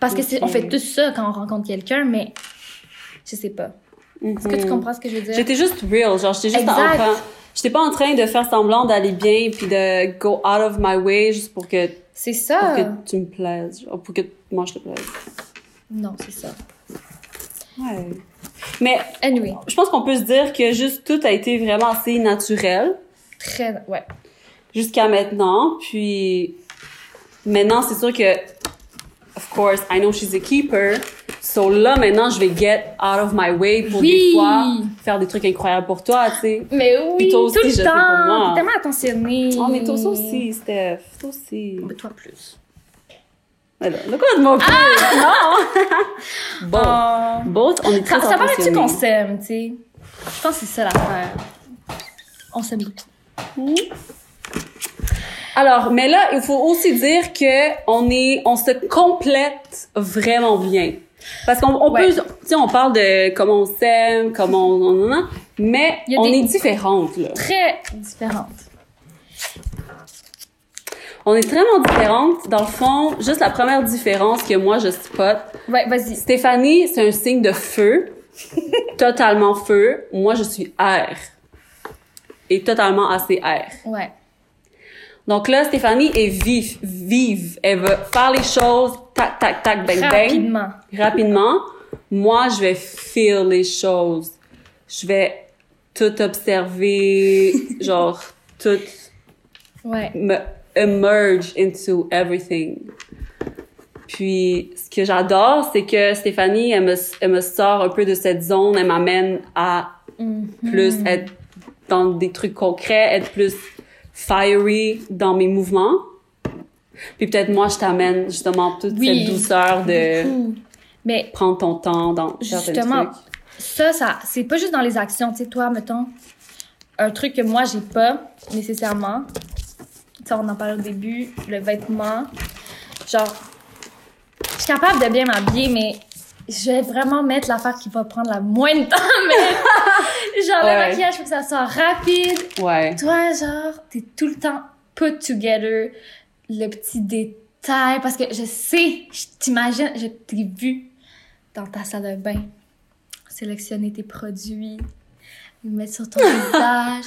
A: Parce que c'est, on
B: Ok.
A: fait tout ça quand on rencontre quelqu'un, mais je sais pas.
B: Mhm.
A: Est-ce que tu comprends ce que je veux dire?
B: J'étais juste real, genre j'étais juste
A: Exact.
B: en train. J'étais pas en train de faire semblant d'aller bien puis de go out of my way juste pour que,
A: C'est
B: pour
A: ça.
B: que tu me plaises, genre, pour que moi je te plaise.
A: Non, c'est ça.
B: Ouais. Mais
A: Anyway,
B: je pense qu'on peut se dire que juste tout a été vraiment assez naturel.
A: très. Ouais.
B: jusqu'à maintenant. Puis maintenant, c'est sûr que, of course, I know she's a keeper. So là, maintenant, je vais get out of my way pour
A: Oui.
B: des fois faire des trucs incroyables pour toi, tu sais.
A: Mais oui,
B: Puis toi aussi,
A: tout le
B: je sais
A: temps.
B: pour moi.
A: T'es tellement attentionnée.
B: Oh, mais toi aussi, Steph. Toi aussi.
A: Mais toi plus.
B: Alors, de quoi de mon
A: Ah!
B: Non! bon.
A: Oh.
B: Both, on est très
A: Ça, ça paraît-tu qu'on
B: impressionnés.
A: s'aime, tu sais? Je pense que c'est ça l'affaire. On s'aime beaucoup.
B: Alors, mais là, il faut aussi dire que on est, on se complète vraiment bien. Parce qu'on on
A: Ouais.
B: peut, tu sais, on parle de comment on s'aime, comment on, on- on- mais
A: Il y a
B: on
A: des-
B: est différentes là.
A: Très différentes.
B: On est vraiment différentes. Dans le fond, juste la première différence que moi je spot,
A: Ouais, vas-y.
B: Stéphanie, c'est un signe de feu, totalement feu. Moi, je suis air et totalement assez air.
A: Ouais.
B: Donc là, Stéphanie est vive, vive. Elle veut faire les choses, tac, tac, tac, bang, bang,
A: Rapidement.
B: rapidement. Moi, je vais feel les choses. Je vais tout observer, genre, tout
A: Ouais.
B: me emerge into everything. Puis, ce que j'adore, c'est que Stéphanie, elle me, elle me sort un peu de cette zone, elle m'amène à plus être dans des trucs concrets, être plus fiery dans mes mouvements. Puis peut-être moi, je t'amène justement toute
A: Oui.
B: cette douceur de
A: Beaucoup. Mais
B: prendre ton temps dans certains
A: justement,
B: trucs.
A: ça, ça c'est pas juste dans les actions. Tu sais, toi, mettons, un truc que moi, j'ai pas nécessairement. Tu sais, on en parlait au début, le vêtement. Genre, je suis capable de bien m'habiller, mais je vais vraiment mettre l'affaire qui va prendre la moins de temps. Mais genre, le
B: Ouais.
A: maquillage, faut que ça soit rapide.
B: Ouais.
A: Toi, genre, t'es tout le temps put together, le petit détail, parce que je sais, je t'imagine, je t'ai vu dans ta salle de bain sélectionner tes produits, les mettre sur ton visage,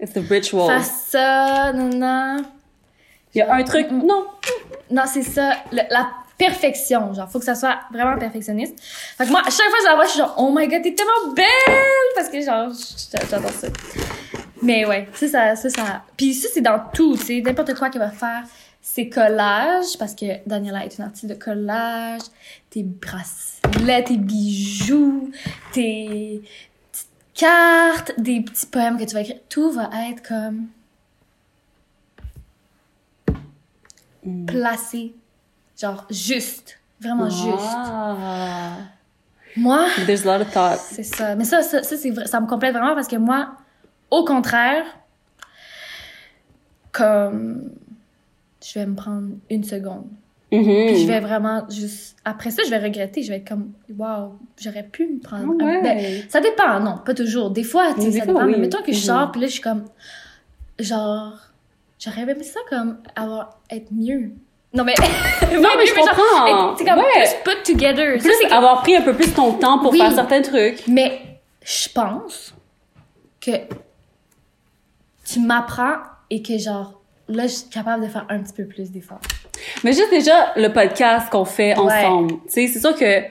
B: It's the ritual.
A: faire ça, non, non.
B: Il y a un truc,
A: Mm.
B: non.
A: Non, c'est ça, le- la perfection, genre, faut que ça soit vraiment perfectionniste. Fait que moi, à chaque fois que je la vois, je suis genre, oh my god, t'es tellement belle! Parce que, genre, j- j'adore ça. Mais ouais, ça, ça, ça, ça. Puis ça, c'est dans tout, tu sais, n'importe quoi qu'elle va faire. Ses collages, parce que Daniela est une artiste de collage, tes bracelets, tes bijoux, tes petites cartes, des petits poèmes que tu vas écrire. Tout va être comme
B: Mm.
A: placé. Genre, juste. Vraiment juste.
B: Ah.
A: Moi,
B: There's a lot of thought.
A: c'est ça. Mais ça, ça, ça, c'est vrai- ça me complète vraiment parce que moi, au contraire, comme je vais me prendre une seconde.
B: Mhm.
A: Puis je vais vraiment juste. Après ça, je vais regretter. Je vais être comme, waouh, j'aurais pu me prendre. un-
B: Ouais.
A: Ben, ça dépend, non, pas toujours. Des fois, tu sais,
B: Des
A: ça
B: fois,
A: dépend.
B: oui.
A: Mais mettons que je
B: Mhm.
A: sors, puis là, je suis comme, genre, j'aurais aimé ça comme avoir être mieux. Non mais,
B: non, mais je
A: genre,
B: comprends.
A: être- c'est comme
B: ouais.
A: plus put together. Ça,
B: Plus
A: c'est comme-
B: avoir pris un peu plus ton temps pour
A: Oui.
B: faire certains trucs.
A: Mais je pense que tu m'apprends et que genre là je suis capable de faire un petit peu plus d'efforts.
B: Mais juste déjà le podcast qu'on fait ensemble. Tu sais, c'est sûr que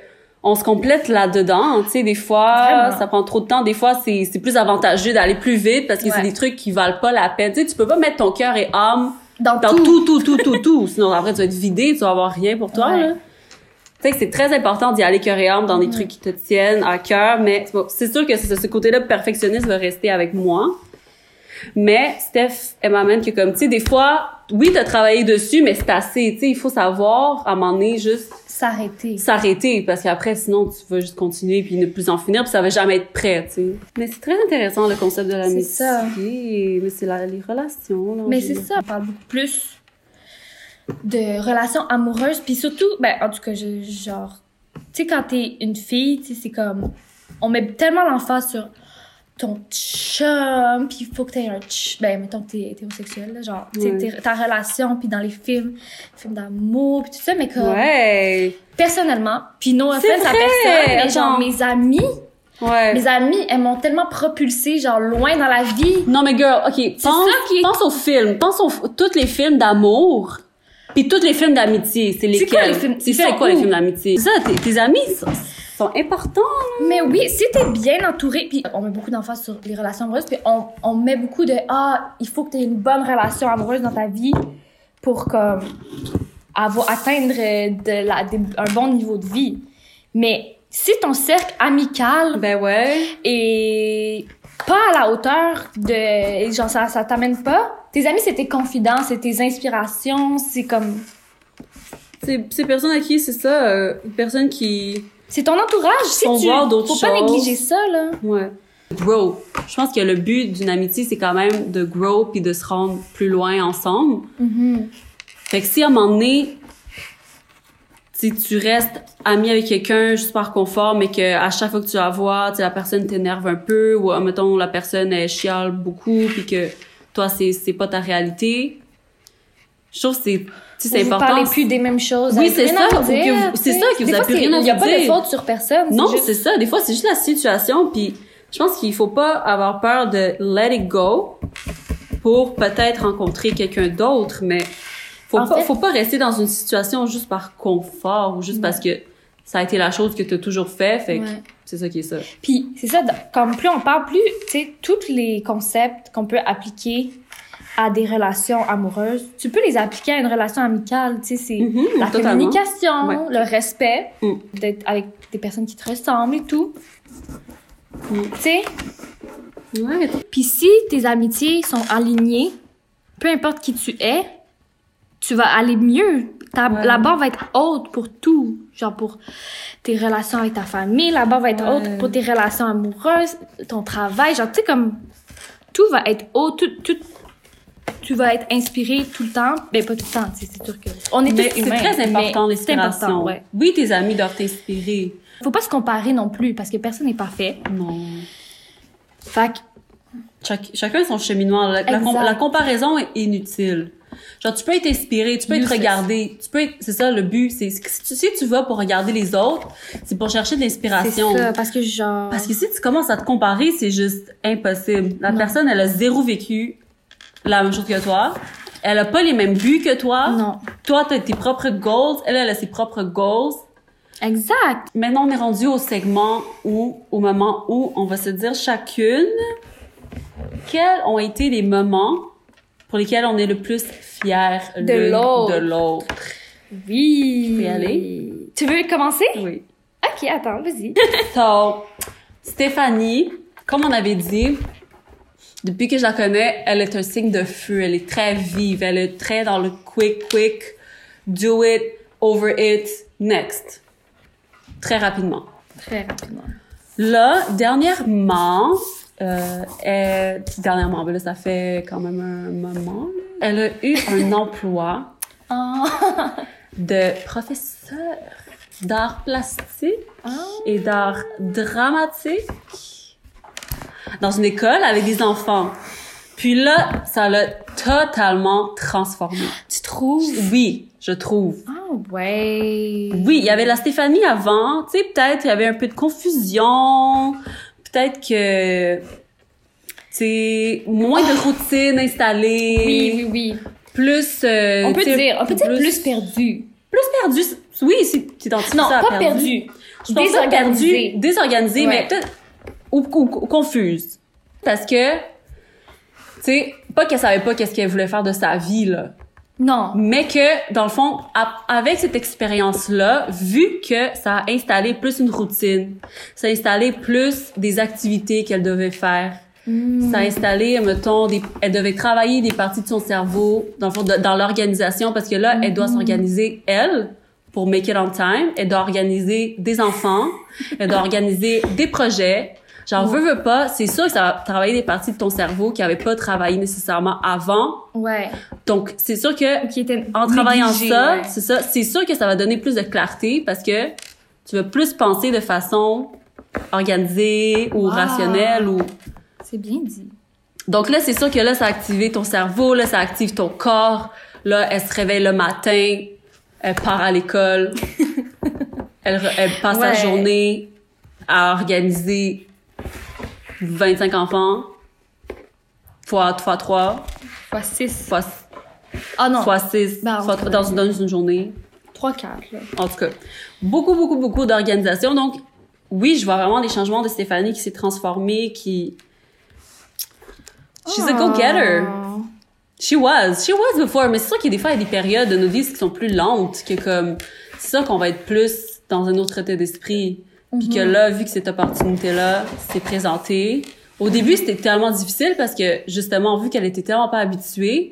B: on se complète là-dedans. Tu sais, des fois,
A: Vraiment.
B: ça prend trop de temps. Des fois, c'est c'est plus avantageux d'aller plus vite parce que
A: Ouais.
B: c'est des trucs qui valent pas la peine. Tu sais, tu peux pas mettre ton cœur et âme
A: Dans,
B: dans
A: tout.
B: tout, tout, tout, tout, tout. Sinon, après, tu vas être vidé, tu vas avoir rien pour toi,
A: Ouais.
B: là. Tu sais que c'est très important d'y aller cœur et âme dans des
A: Mhm.
B: trucs qui te tiennent à cœur, mais c'est pas- c'est sûr que c'est- ce côté-là perfectionniste va rester avec moi. Mais Steph, elle m'amène que comme, tu sais, des fois, oui, t'as travaillé dessus, mais c'est assez, tu sais, il faut savoir, à un moment donné, juste
A: s'arrêter.
B: s'arrêter, parce qu'après, sinon, tu vas juste continuer, puis ne plus en finir, puis ça va jamais être prêt, tu sais. Mais c'est très intéressant, le concept de l'amitié.
A: C'est ça.
B: Mais c'est la- les relations, là.
A: Mais c'est ça, on parle beaucoup plus de relations amoureuses puis surtout ben en tout cas je, genre tu sais quand t'es une fille, tu sais c'est comme on met tellement l'emphase sur ton chum, puis il faut que t'aies un ch... Ben, mettons que t'es hétérosexuel, là, genre, tu sais,
B: Ouais.
A: t'es- ta relation, puis dans les films, films d'amour, puis tout ça, mais comme...
B: Ouais.
A: personnellement, puis non
B: C'est
A: offense à
B: vrai,
A: personne, mais genre
B: attends.
A: mes amis,
B: Ouais.
A: mes amis, elles m'ont tellement propulsée genre loin dans la vie.
B: Non, mais girl, OK,
A: C'est
B: pense,
A: ça qui est-
B: pense aux films. Pense aux tous les films d'amour. Puis tous les films d'amitié, c'est lesquels?
A: quoi les films-
B: C'est
A: ils
B: fait
A: sont
B: quoi
A: où?
B: les films d'amitié? C'est ça, tes, tes amis sont, sont importants.
A: Mais oui, si t'es bien entourée, puis on met beaucoup d'emphase sur les relations amoureuses, puis on, on met beaucoup de ah, il faut que t'aies une bonne relation amoureuse dans ta vie pour comme avoir atteindre euh, de la, des- un bon niveau de vie. Mais si ton cercle amical
B: Ben ouais.
A: et pas à la hauteur de et genre ça ça t'amène pas tes amis c'est tes confidences c'est tes inspirations c'est comme
B: C'est ces personnes à qui c'est ça, euh, une personne qui...
A: c'est ton entourage si
B: Faut
A: tu
B: voir
A: faut
B: d'autres
A: pas
B: choses.
A: négliger ça là
B: Ouais. Grow. Je pense que le but d'une amitié, c'est quand même de grow puis de se rendre plus loin ensemble.
A: Mm-hmm.
B: Fait que si à un moment donné, si tu restes ami avec quelqu'un juste par confort, mais que à chaque fois que tu la vois, tu sais, la personne t'énerve un peu, ou euh, mettons, la personne elle chiale beaucoup, puis que toi, c'est, c'est pas ta réalité, je trouve que c'est, tu sais, c'est
A: vous
B: important.
A: parlez plus des mêmes choses
B: Oui,
A: vous avez
B: c'est
A: rien
B: ça,
A: à
B: ou que
A: dire,
B: vous- c'est
A: tu sais.
B: ça, que
A: Des fois,
B: vous avez plus
A: c'est-
B: rien à
A: il y a
B: vous
A: pas de
B: dire.
A: faute sur personne c'est
B: Non,
A: juste-
B: c'est ça. Des fois, c'est juste la situation. Puis, je pense qu'il faut pas avoir peur de let it go pour peut-être rencontrer quelqu'un d'autre, mais faut
A: En
B: pas,
A: fait-
B: faut pas rester dans une situation juste par confort ou juste
A: Ouais.
B: parce que ça a été la chose que tu as toujours fait. Fait que
A: Ouais.
B: c'est ça qui est ça.
A: Puis c'est ça, dans- comme plus on parle, plus tu sais, tous les concepts qu'on peut appliquer à des relations amoureuses, tu peux les appliquer à une relation amicale. Tu sais, c'est
B: Mhm,
A: la
B: totalement.
A: communication,
B: Ouais.
A: le respect,
B: Mm.
A: d'être avec des personnes qui te ressemblent et tout.
B: Mm.
A: Tu sais,
B: Ouais.
A: puis si tes amitiés sont alignées, peu importe qui tu es, tu vas aller mieux. Ta-
B: Ouais.
A: La barre va être haute pour tout. Genre pour tes relations avec ta famille, la barre va être
B: Ouais.
A: haute pour tes relations amoureuses, ton travail. Genre, tu sais, comme tout va être haut, tout, tout, tu vas être inspiré tout le temps. Mais pas tout le temps, tu sais, c'est sûr que. On est
B: Mais
A: tous
B: C'est
A: humains.
B: très important,
A: mais c'est important,
B: l'inspiration.
A: ouais.
B: Oui, tes amis doivent t'inspirer.
A: Faut pas se comparer non plus parce que personne n'est parfait.
B: Non.
A: Fait que
B: Chac- chacun son cheminement. La, la com-
A: Exact.
B: la comparaison est inutile. Genre, tu peux être inspiré, tu peux être
A: Useless.
B: regardé, tu peux être... C'est ça, le but. C'est, c'est que si, tu, si tu vas pour regarder les autres, c'est pour chercher de
A: c'est
B: l'inspiration.
A: ça, parce que genre.
B: Parce que si tu commences à te comparer, c'est juste impossible. La
A: Non.
B: personne, elle a zéro vécu la même chose que toi. Elle a pas les mêmes buts que toi.
A: Non.
B: Toi, t'as tes propres goals. Elle, elle a ses propres goals.
A: Exact.
B: Maintenant, on est rendu au segment où, au moment où on va se dire chacune quels ont été les moments pour lesquels on est le plus fier
A: De
B: l'une
A: l'autre.
B: De l'autre.
A: Oui.
B: peux y aller?
A: Tu veux commencer?
B: Oui.
A: Ok, attends, vas-y.
B: So, Stéphanie, comme on avait dit, depuis que je la connais, elle est un signe de feu. Elle est très vive. Elle est très dans le quick, quick, do it, over it, next. Très rapidement.
A: Très rapidement.
B: Là, dernièrement, euh, elle- dernièrement, ben là, ça fait quand même un moment, là, elle a eu un emploi
A: Ah.
B: de professeur d'art plastique et d'art dramatique dans une école avec des enfants. Puis là, ça l'a totalement transformée.
A: Tu trouves?
B: Oui, je trouve.
A: Ah ouais.
B: Oui, il y avait la Stéphanie avant, tu sais, peut-être il y avait un peu de confusion, peut-être que, tu sais, moins de routine installée,
A: Oui, oui, oui.
B: plus... euh,
A: On peut
B: tu sais,
A: dire, on peut dire plus, perdu.
B: Plus perdu, c'est- oui, c'est identifié
A: Non,
B: ça à
A: pas perdu.
B: Je pense pas
A: Désorganisé.
B: perdu, désorganisé,
A: Ouais.
B: mais peut-être... Ou, ou- ou confuse. Parce que, tu sais, pas qu'elle savait pas qu'est-ce qu'elle voulait faire de sa vie, là.
A: Non.
B: Mais que, dans le fond, ap- avec cette expérience-là, vu que ça a installé plus une routine, ça a installé plus des activités qu'elle devait faire,
A: Mm.
B: ça a installé, mettons, des, elle devait travailler des parties de son cerveau, dans le fond, de- dans l'organisation, parce que là, elle doit s'organiser, elle, pour make it on time, elle doit organiser des enfants, elle doit organiser des projets, Genre,
A: Ouais.
B: veux, veux pas, c'est sûr que ça va travailler des parties de ton cerveau qui n'avaient pas travaillé nécessairement avant.
A: Ouais.
B: Donc, c'est sûr que
A: Qui était
B: en travaillant
A: négligé,
B: ça,
A: ouais.
B: c'est ça, c'est sûr que ça va donner plus de clarté parce que tu vas plus penser de façon organisée ou
A: Wow.
B: rationnelle ou
A: C'est bien dit.
B: donc là c'est sûr que là ça active ton cerveau, là ça active ton corps. Là elle se réveille le matin, elle part à l'école. elle, re- elle passe
A: Ouais.
B: sa journée à organiser 25 enfants fois fois 3
A: Fois 6.
B: fois
A: Ah non.
B: fois 6
A: Ben, on
B: fois trois- dans, une- dans une journée.
A: 3 4 là.
B: En tout cas, beaucoup, beaucoup, beaucoup d'organisations. Donc, oui, je vois vraiment les changements de Stéphanie qui s'est transformée, qui... She's a go-getter.
A: Oh.
B: She was. She was before. Mais c'est sûr qu'il y a des fois, il y a des périodes de nos vies qui sont plus lentes, que comme... C'est sûr qu'on va être plus dans un autre état d'esprit. Puis que
A: Mhm.
B: là, vu que cette opportunité-là s'est présentée... Au début, c'était tellement difficile parce que, justement, vu qu'elle était tellement pas habituée,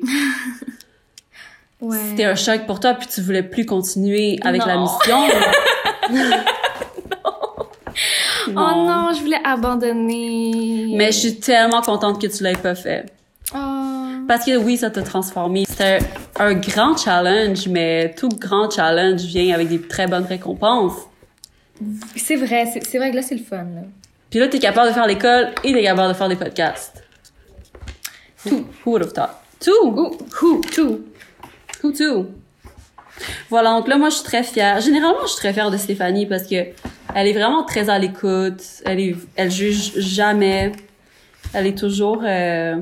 A: Ouais.
B: c'était un choc pour toi, puis tu voulais plus continuer avec la
A: Non.
B: mission.
A: Oh non, je voulais abandonner.
B: Mais je suis tellement contente que tu l'aies pas fait.
A: Oh.
B: Parce que oui, ça t'a transformé. C'était un grand challenge, mais tout grand challenge vient avec des très bonnes récompenses.
A: C'est vrai, c'est c'est vrai que là c'est le fun. là.
B: Puis là, t'es capable de faire l'école et t'es capable de faire des podcasts. Tout. Who would have thought? Tout.
A: Who? Two.
B: Who too? Voilà, donc là, moi, je suis très fière. Généralement, je suis très fière de Stéphanie parce que elle est vraiment très à l'écoute. Elle est, elle juge jamais. Elle est toujours euh,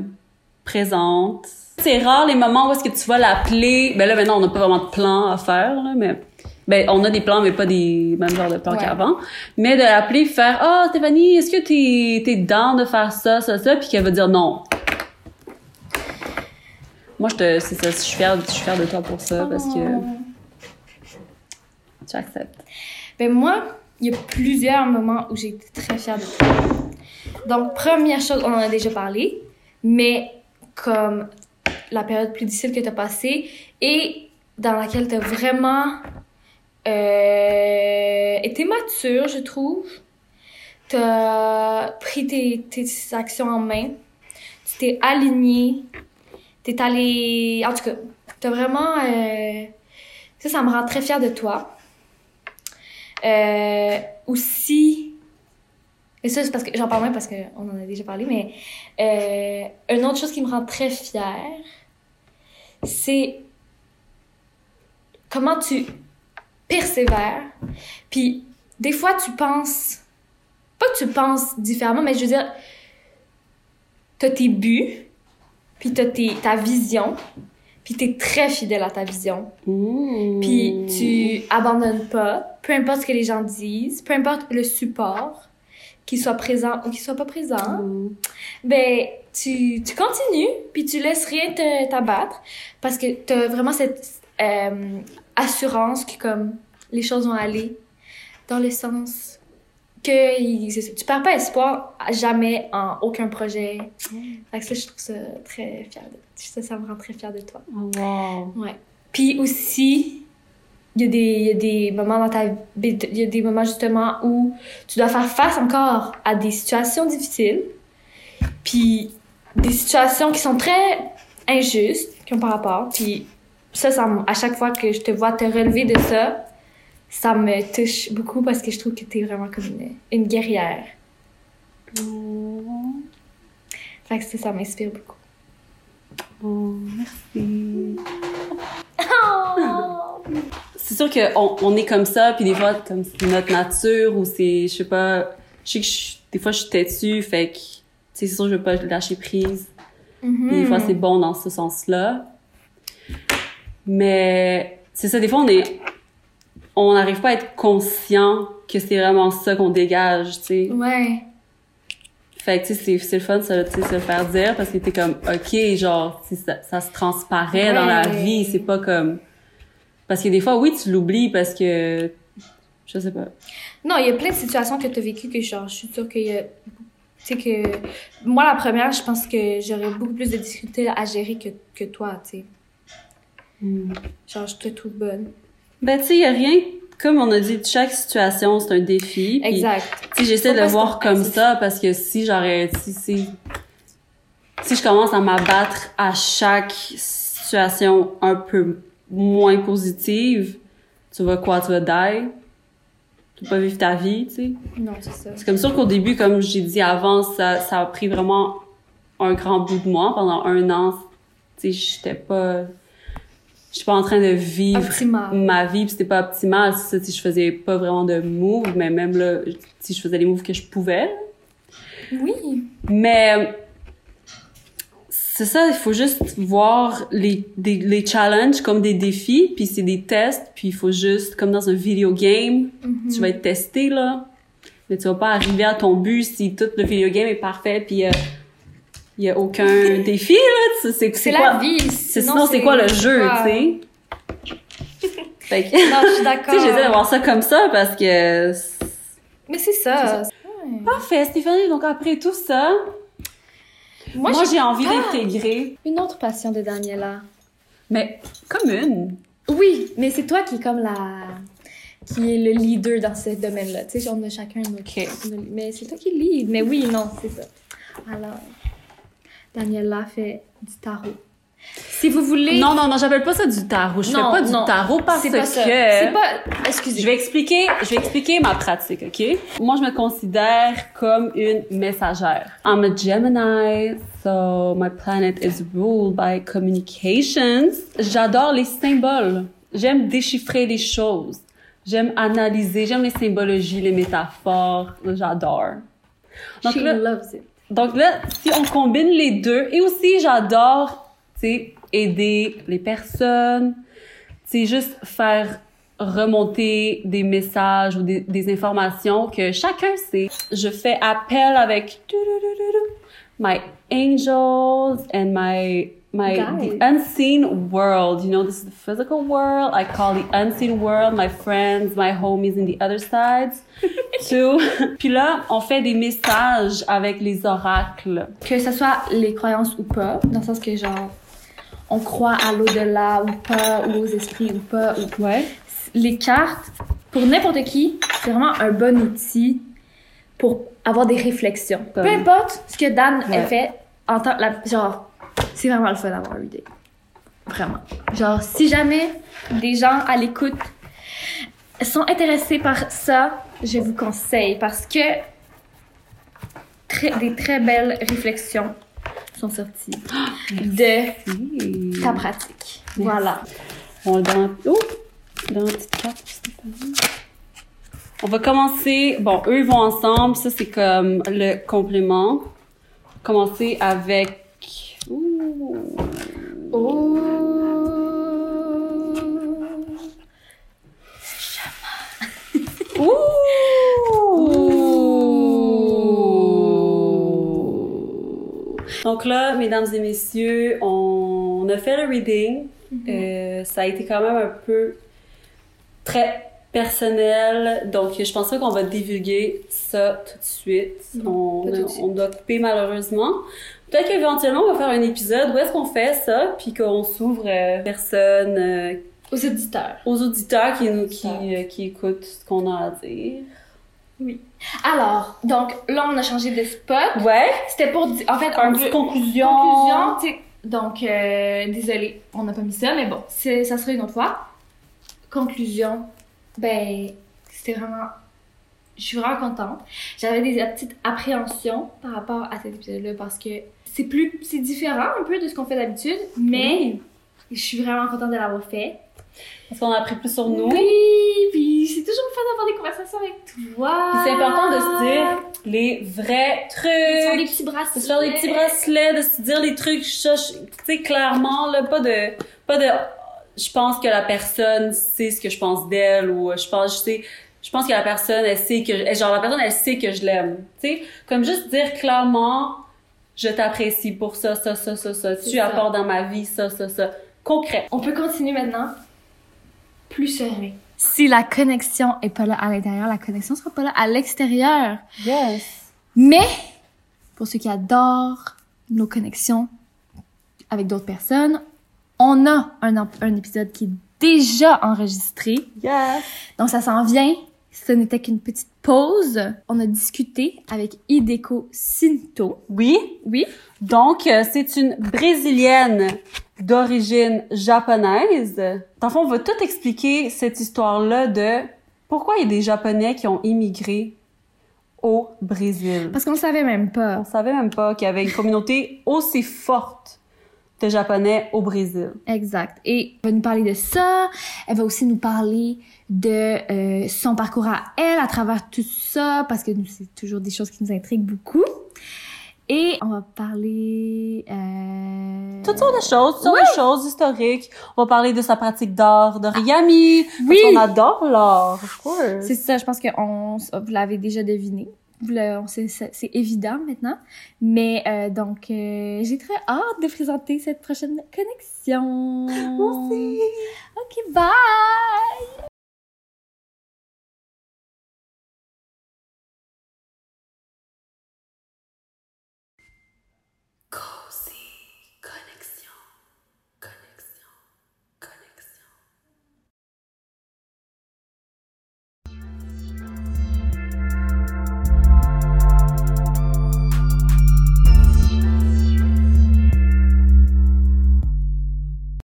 B: présente. C'est rare les moments où est-ce que tu vas l'appeler. Ben là, maintenant, on n'a pas vraiment de plan à faire, là, mais ben on a des plans, mais pas des mêmes genres de plans
A: Ouais.
B: qu'avant. Mais de l'appeler, faire ah Stéphanie, est-ce que t'es t'es down de faire ça, ça, ça, puis qu'elle va dire non. Moi, je te, c'est ça, je suis fière, je suis fière de toi pour ça parce
A: Oh.
B: que tu acceptes.
A: Ben moi, il y a plusieurs moments où j'ai été très fière de toi. Donc, première chose, on en a déjà parlé, mais comme la période plus difficile que tu as passée et dans laquelle tu as vraiment euh, été mature, je trouve. Tu as pris tes, tes actions en main, tu t'es aligné, tu es allé. En tout cas, tu as vraiment. euh, Ça, ça me rend très fière de toi. Euh, aussi, et ça, c'est parce que j'en parle moins parce qu'on en a déjà parlé, mais euh, une autre chose qui me rend très fière, c'est comment tu persévères. Puis, des fois, tu penses, pas que tu penses différemment, mais je veux dire, t'as tes buts, puis t'as tes- ta vision, puis t'es très fidèle à ta vision.
B: Hmm.
A: Puis tu abandonnes pas, peu importe ce que les gens disent, peu importe le support, qu'il soit présent ou qu'il soit pas présent,
B: Mm.
A: ben tu, tu continues, puis tu laisses rien te- t'abattre parce que t'as vraiment cette euh, assurance que comme les choses vont aller dans le sens que il- c'est ça. tu perds pas espoir à jamais en aucun projet. Fait que ça, je trouve ça très fière de ça, ça me rend très fière de toi.
B: Oh, wow.
A: Puis aussi, il y, a des- il y a des moments dans ta vie, il y a des moments justement où tu dois faire face encore à des situations difficiles, puis des situations qui sont très injustes, qui ont par rapport. Puis ça, ça me- à chaque fois que je te vois te relever de ça, ça me touche beaucoup parce que je trouve que t'es vraiment comme une, une guerrière.
B: Mm.
A: Fait que ça, ça m'inspire beaucoup.
B: Oh, merci. C'est sûr qu'on on est comme ça, puis des fois, comme c'est notre nature, ou c'est, je sais pas, je sais que je suis- des fois je suis têtue, fait que, tu sais, c'est sûr que je veux pas lâcher prise.
A: Mhm.
B: Puis Des fois, c'est bon dans ce sens-là. Mais c'est ça, des fois, on est... On n'arrive pas à être conscient que c'est vraiment ça qu'on dégage, tu sais.
A: Ouais.
B: Fait que, tu sais, c'est- c'est le fun de se, tu sais, se le faire dire parce que t'es comme, OK, genre, tu sais, ça, ça se transparaît dans la
A: Ouais.
B: vie. C'est pas comme... Parce que des fois, oui, tu l'oublies parce que... Je sais pas.
A: Non, il y a plein de situations que tu as vécues que genre, je suis sûre qu'il y a. Tu sais que. Moi, la première, je pense que j'aurais beaucoup plus de difficultés à gérer que, que toi, tu sais.
B: Hmm.
A: Genre, je te trouve bonne.
B: Ben, tu sais, il a rien... Comme on a dit, chaque situation, c'est un défi. puis-
A: Exact.
B: Tu sais, j'essaie
A: Faut
B: de
A: pas
B: le
A: se
B: voir
A: comparer.
B: comme ça parce que si j'aurais, si, si, si je commence à m'abattre à chaque situation un peu moins positive, tu vas quoi? Tu vas die? Tu vas pas vivre ta vie, tu sais?
A: Non, c'est ça.
B: C'est comme sûr qu'au début, comme j'ai dit avant, ça, ça a pris vraiment un grand bout de moi. Pendant un an, tu sais, j'étais pas, j'étais pas en train de vivre
A: Optimal.
B: ma vie pis c'était pas optimal c'est ça si je faisais pas vraiment de moves mais même là si je faisais les moves que je pouvais
A: Oui.
B: mais c'est ça il faut juste voir les des- les challenges comme des défis puis c'est des tests puis il faut juste comme dans un video game
A: Mhm.
B: tu vas être testé là mais tu vas pas arriver à ton but si tout le video game est parfait puis euh, il y a aucun défi là Tu sais, c'est
A: C'est
B: c'est quoi
A: la vie.
B: c'est- sinon c'est quoi le jeu tu sais Fait que-
A: Non, je suis
B: tu sais, j'essaie de
A: d'accord.
B: voir ça comme ça parce que...
A: Mais c'est ça. Ouais.
B: Parfait, Stéphanie. Donc, après tout ça,
A: Moi,
B: moi,
A: j'ai Ah!
B: j'ai envie d'intégrer...
A: une autre passion de Daniela.
B: Mais comme une.
A: Oui, mais c'est toi qui est comme la. qui est le leader dans ce domaine-là. Tu sais, on a chacun notre. Mais c'est toi qui lead. Mais oui, non, c'est ça. Alors, Daniela fait du tarot. Si vous voulez.
B: Non, non, non, j'appelle pas ça du tarot. Je
A: Non,
B: fais pas
A: non.
B: du tarot parce
A: c'est pas
B: que...
A: ça. C'est pas. Excusez.
B: Je vais expliquer, je vais expliquer ma pratique, OK? Moi, je me considère comme une messagère. I'm a Gemini, so my planet is ruled by communications. J'adore les symboles. J'aime déchiffrer les choses. J'aime analyser, j'aime les symbologies, les métaphores. J'adore. Donc
A: She
B: là-
A: loves it.
B: donc là, si on combine les deux, et aussi j'adore, tu sais, aider les personnes, tu sais, juste faire remonter des messages ou des, des informations que chacun sait. Je fais appel avec my angels and my my the unseen world. You know, this is the physical world. I call the unseen world my friends, my homies and the other sides. too. Puis là, on fait des messages avec les oracles.
A: Que ce soit les croyances ou pas, dans le sens que genre, on croit à l'au-delà ou pas, ou aux esprits ou pas, ou
B: Ouais.
A: les cartes, pour n'importe qui, c'est vraiment un bon outil pour avoir des réflexions.
B: Comme-
A: Peu importe ce que Dan
B: Ouais.
A: a fait, en tant la, genre, c'est vraiment le fun d'avoir un idée. Vraiment. Genre, si jamais des gens à l'écoute sont intéressés par ça, je vous conseille parce que très- des très belles réflexions sont sorties
B: Ah,
A: de
B: Oui.
A: ta pratique. Voilà.
B: On le dans... Oh! Dans la petite carte, c'est pas mal. On va commencer... Bon, eux, ils vont ensemble. Ça, c'est comme le complément. Commencer avec... Ouh.
A: Oh.
B: Ouh. Donc là, mesdames et messieurs, on a fait le reading.
A: Mm-hmm.
B: Euh, ça a été quand même un peu très personnel. Donc, je pense pas qu'on va divulguer ça tout de suite.
A: Non,
B: on,
A: pas tout de suite.
B: on doit couper malheureusement. Peut-être qu'éventuellement, on va faire un épisode où est-ce qu'on fait ça, puis qu'on s'ouvre euh, personne, euh,
A: Aux auditeurs.
B: aux auditeurs qui, nous, qui, euh, qui écoutent ce qu'on a à dire.
A: Alors, donc là, on a changé de spot.
B: Ouais,
A: C'était pour dire. En fait, on
B: un
A: veut-
B: petit conclusion.
A: conclusion. tu sais. Donc, euh, désolé, on n'a pas mis ça, mais bon, c'est- ça serait une autre fois. Conclusion. Ben, c'était vraiment. Je suis vraiment contente. J'avais des petites appréhensions par rapport à cet épisode-là parce que c'est plus. C'est différent un peu de ce qu'on fait d'habitude, mais
B: Oui.
A: je suis vraiment contente de l'avoir fait.
B: Parce qu'on a appris plus sur nous.
A: Oui, puis c'est toujours le fun d'avoir des conversations avec toi.
B: Puis c'est important de se dire les vrais
A: De se faire Ah. des
B: trucs.
A: petits bracelets.
B: De se faire des petits bracelets, de se dire les trucs, ça, je- tu sais, clairement, là, pas de, pas de, je pense que la personne sait ce que je pense d'elle, ou euh, je pense, je sais, je pense que la personne, elle sait que, elle- genre, la personne, elle sait que je l'aime. Tu sais, comme juste dire clairement, je t'apprécie pour ça, ça, ça, ça, ça,
A: C'est
B: tu
A: ça.
B: apportes dans ma vie, ça, ça, ça. Concret.
A: On peut continuer maintenant. Plus serein. Si la connexion est pas là à l'intérieur, la connexion sera pas là à l'extérieur.
B: Yes.
A: Mais, pour ceux qui adorent nos connexions avec d'autres personnes, on a un, em- un épisode qui est déjà enregistré.
B: Yes.
A: Donc, ça s'en vient. Ce n'était qu'une petite pause. On a discuté avec Ideco Sinto.
B: Oui.
A: Oui.
B: Donc, euh, c'est une Brésilienne d'origine japonaise. Dans le fond, on va tout expliquer cette histoire-là de pourquoi il y a des Japonais qui ont immigré au Brésil.
A: Parce qu'on ne savait même pas.
B: On savait même pas qu'il y avait une communauté aussi forte de Japonais au Brésil.
A: Exact. Et elle va nous parler de ça. Elle va aussi nous parler de euh, son parcours à elle à travers tout ça, parce que nous, c'est toujours des choses qui nous intriguent beaucoup. Et on va parler... Euh...
B: Toutes sortes de choses, toutes sortes
A: Oui.
B: de choses historiques. On va parler de sa pratique d'art, d'origami.
A: Ah, Oui.
B: Parce qu'on adore l'art, of course.
A: C'est ça, je pense que on, vous l'avez déjà deviné. Vous le- on sait- C'est c'est évident maintenant. Mais euh, donc, euh, j'ai très hâte de présenter cette prochaine connexion.
B: Merci.
A: Ok, bye!